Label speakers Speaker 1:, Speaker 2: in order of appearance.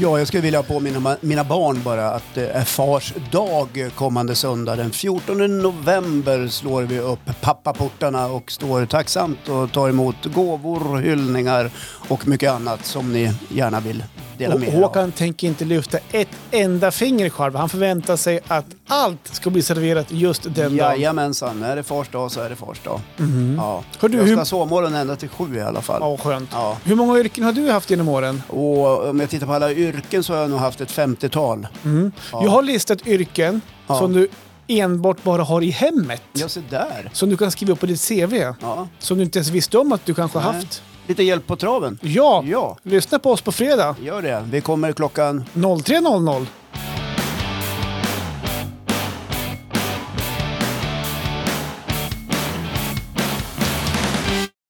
Speaker 1: Ja, jag skulle vilja påminna mina barn bara att det är fars dag kommande söndag. Den 14 november slår vi upp pappaportarna och står tacksamt och tar emot gåvor, hyllningar och mycket annat som ni gärna vill dela
Speaker 2: Och
Speaker 1: med er av.
Speaker 2: Håkan tänker inte lyfta ett enda finger själv. Han förväntar sig att allt ska bli serverat just den dagen.
Speaker 1: Jajamensan, är det fars dag så är det fars dag. Ja.
Speaker 2: Mhm. Hör du,
Speaker 1: jag
Speaker 2: hur-
Speaker 1: ska sovmorgon ända till sju i alla fall.
Speaker 2: Ja, skönt.
Speaker 1: Ja.
Speaker 2: Hur många yrken har du haft genom åren?
Speaker 1: Och om jag tittar på alla yrken så har jag nog haft ett 50-tal.
Speaker 2: Mm. Jag har listat yrken
Speaker 1: Ja.
Speaker 2: som du enbart bara har i hemmet.
Speaker 1: Ja, se där.
Speaker 2: Som du kan skriva upp på ditt CV.
Speaker 1: Ja.
Speaker 2: Som du inte ens visste om att du kanske
Speaker 1: Nej.
Speaker 2: haft.
Speaker 1: Lite hjälp på traven.
Speaker 2: Ja.
Speaker 1: Ja.
Speaker 2: lyssna på oss på fredag
Speaker 1: Gör det. Vi kommer klockan
Speaker 2: 03.00.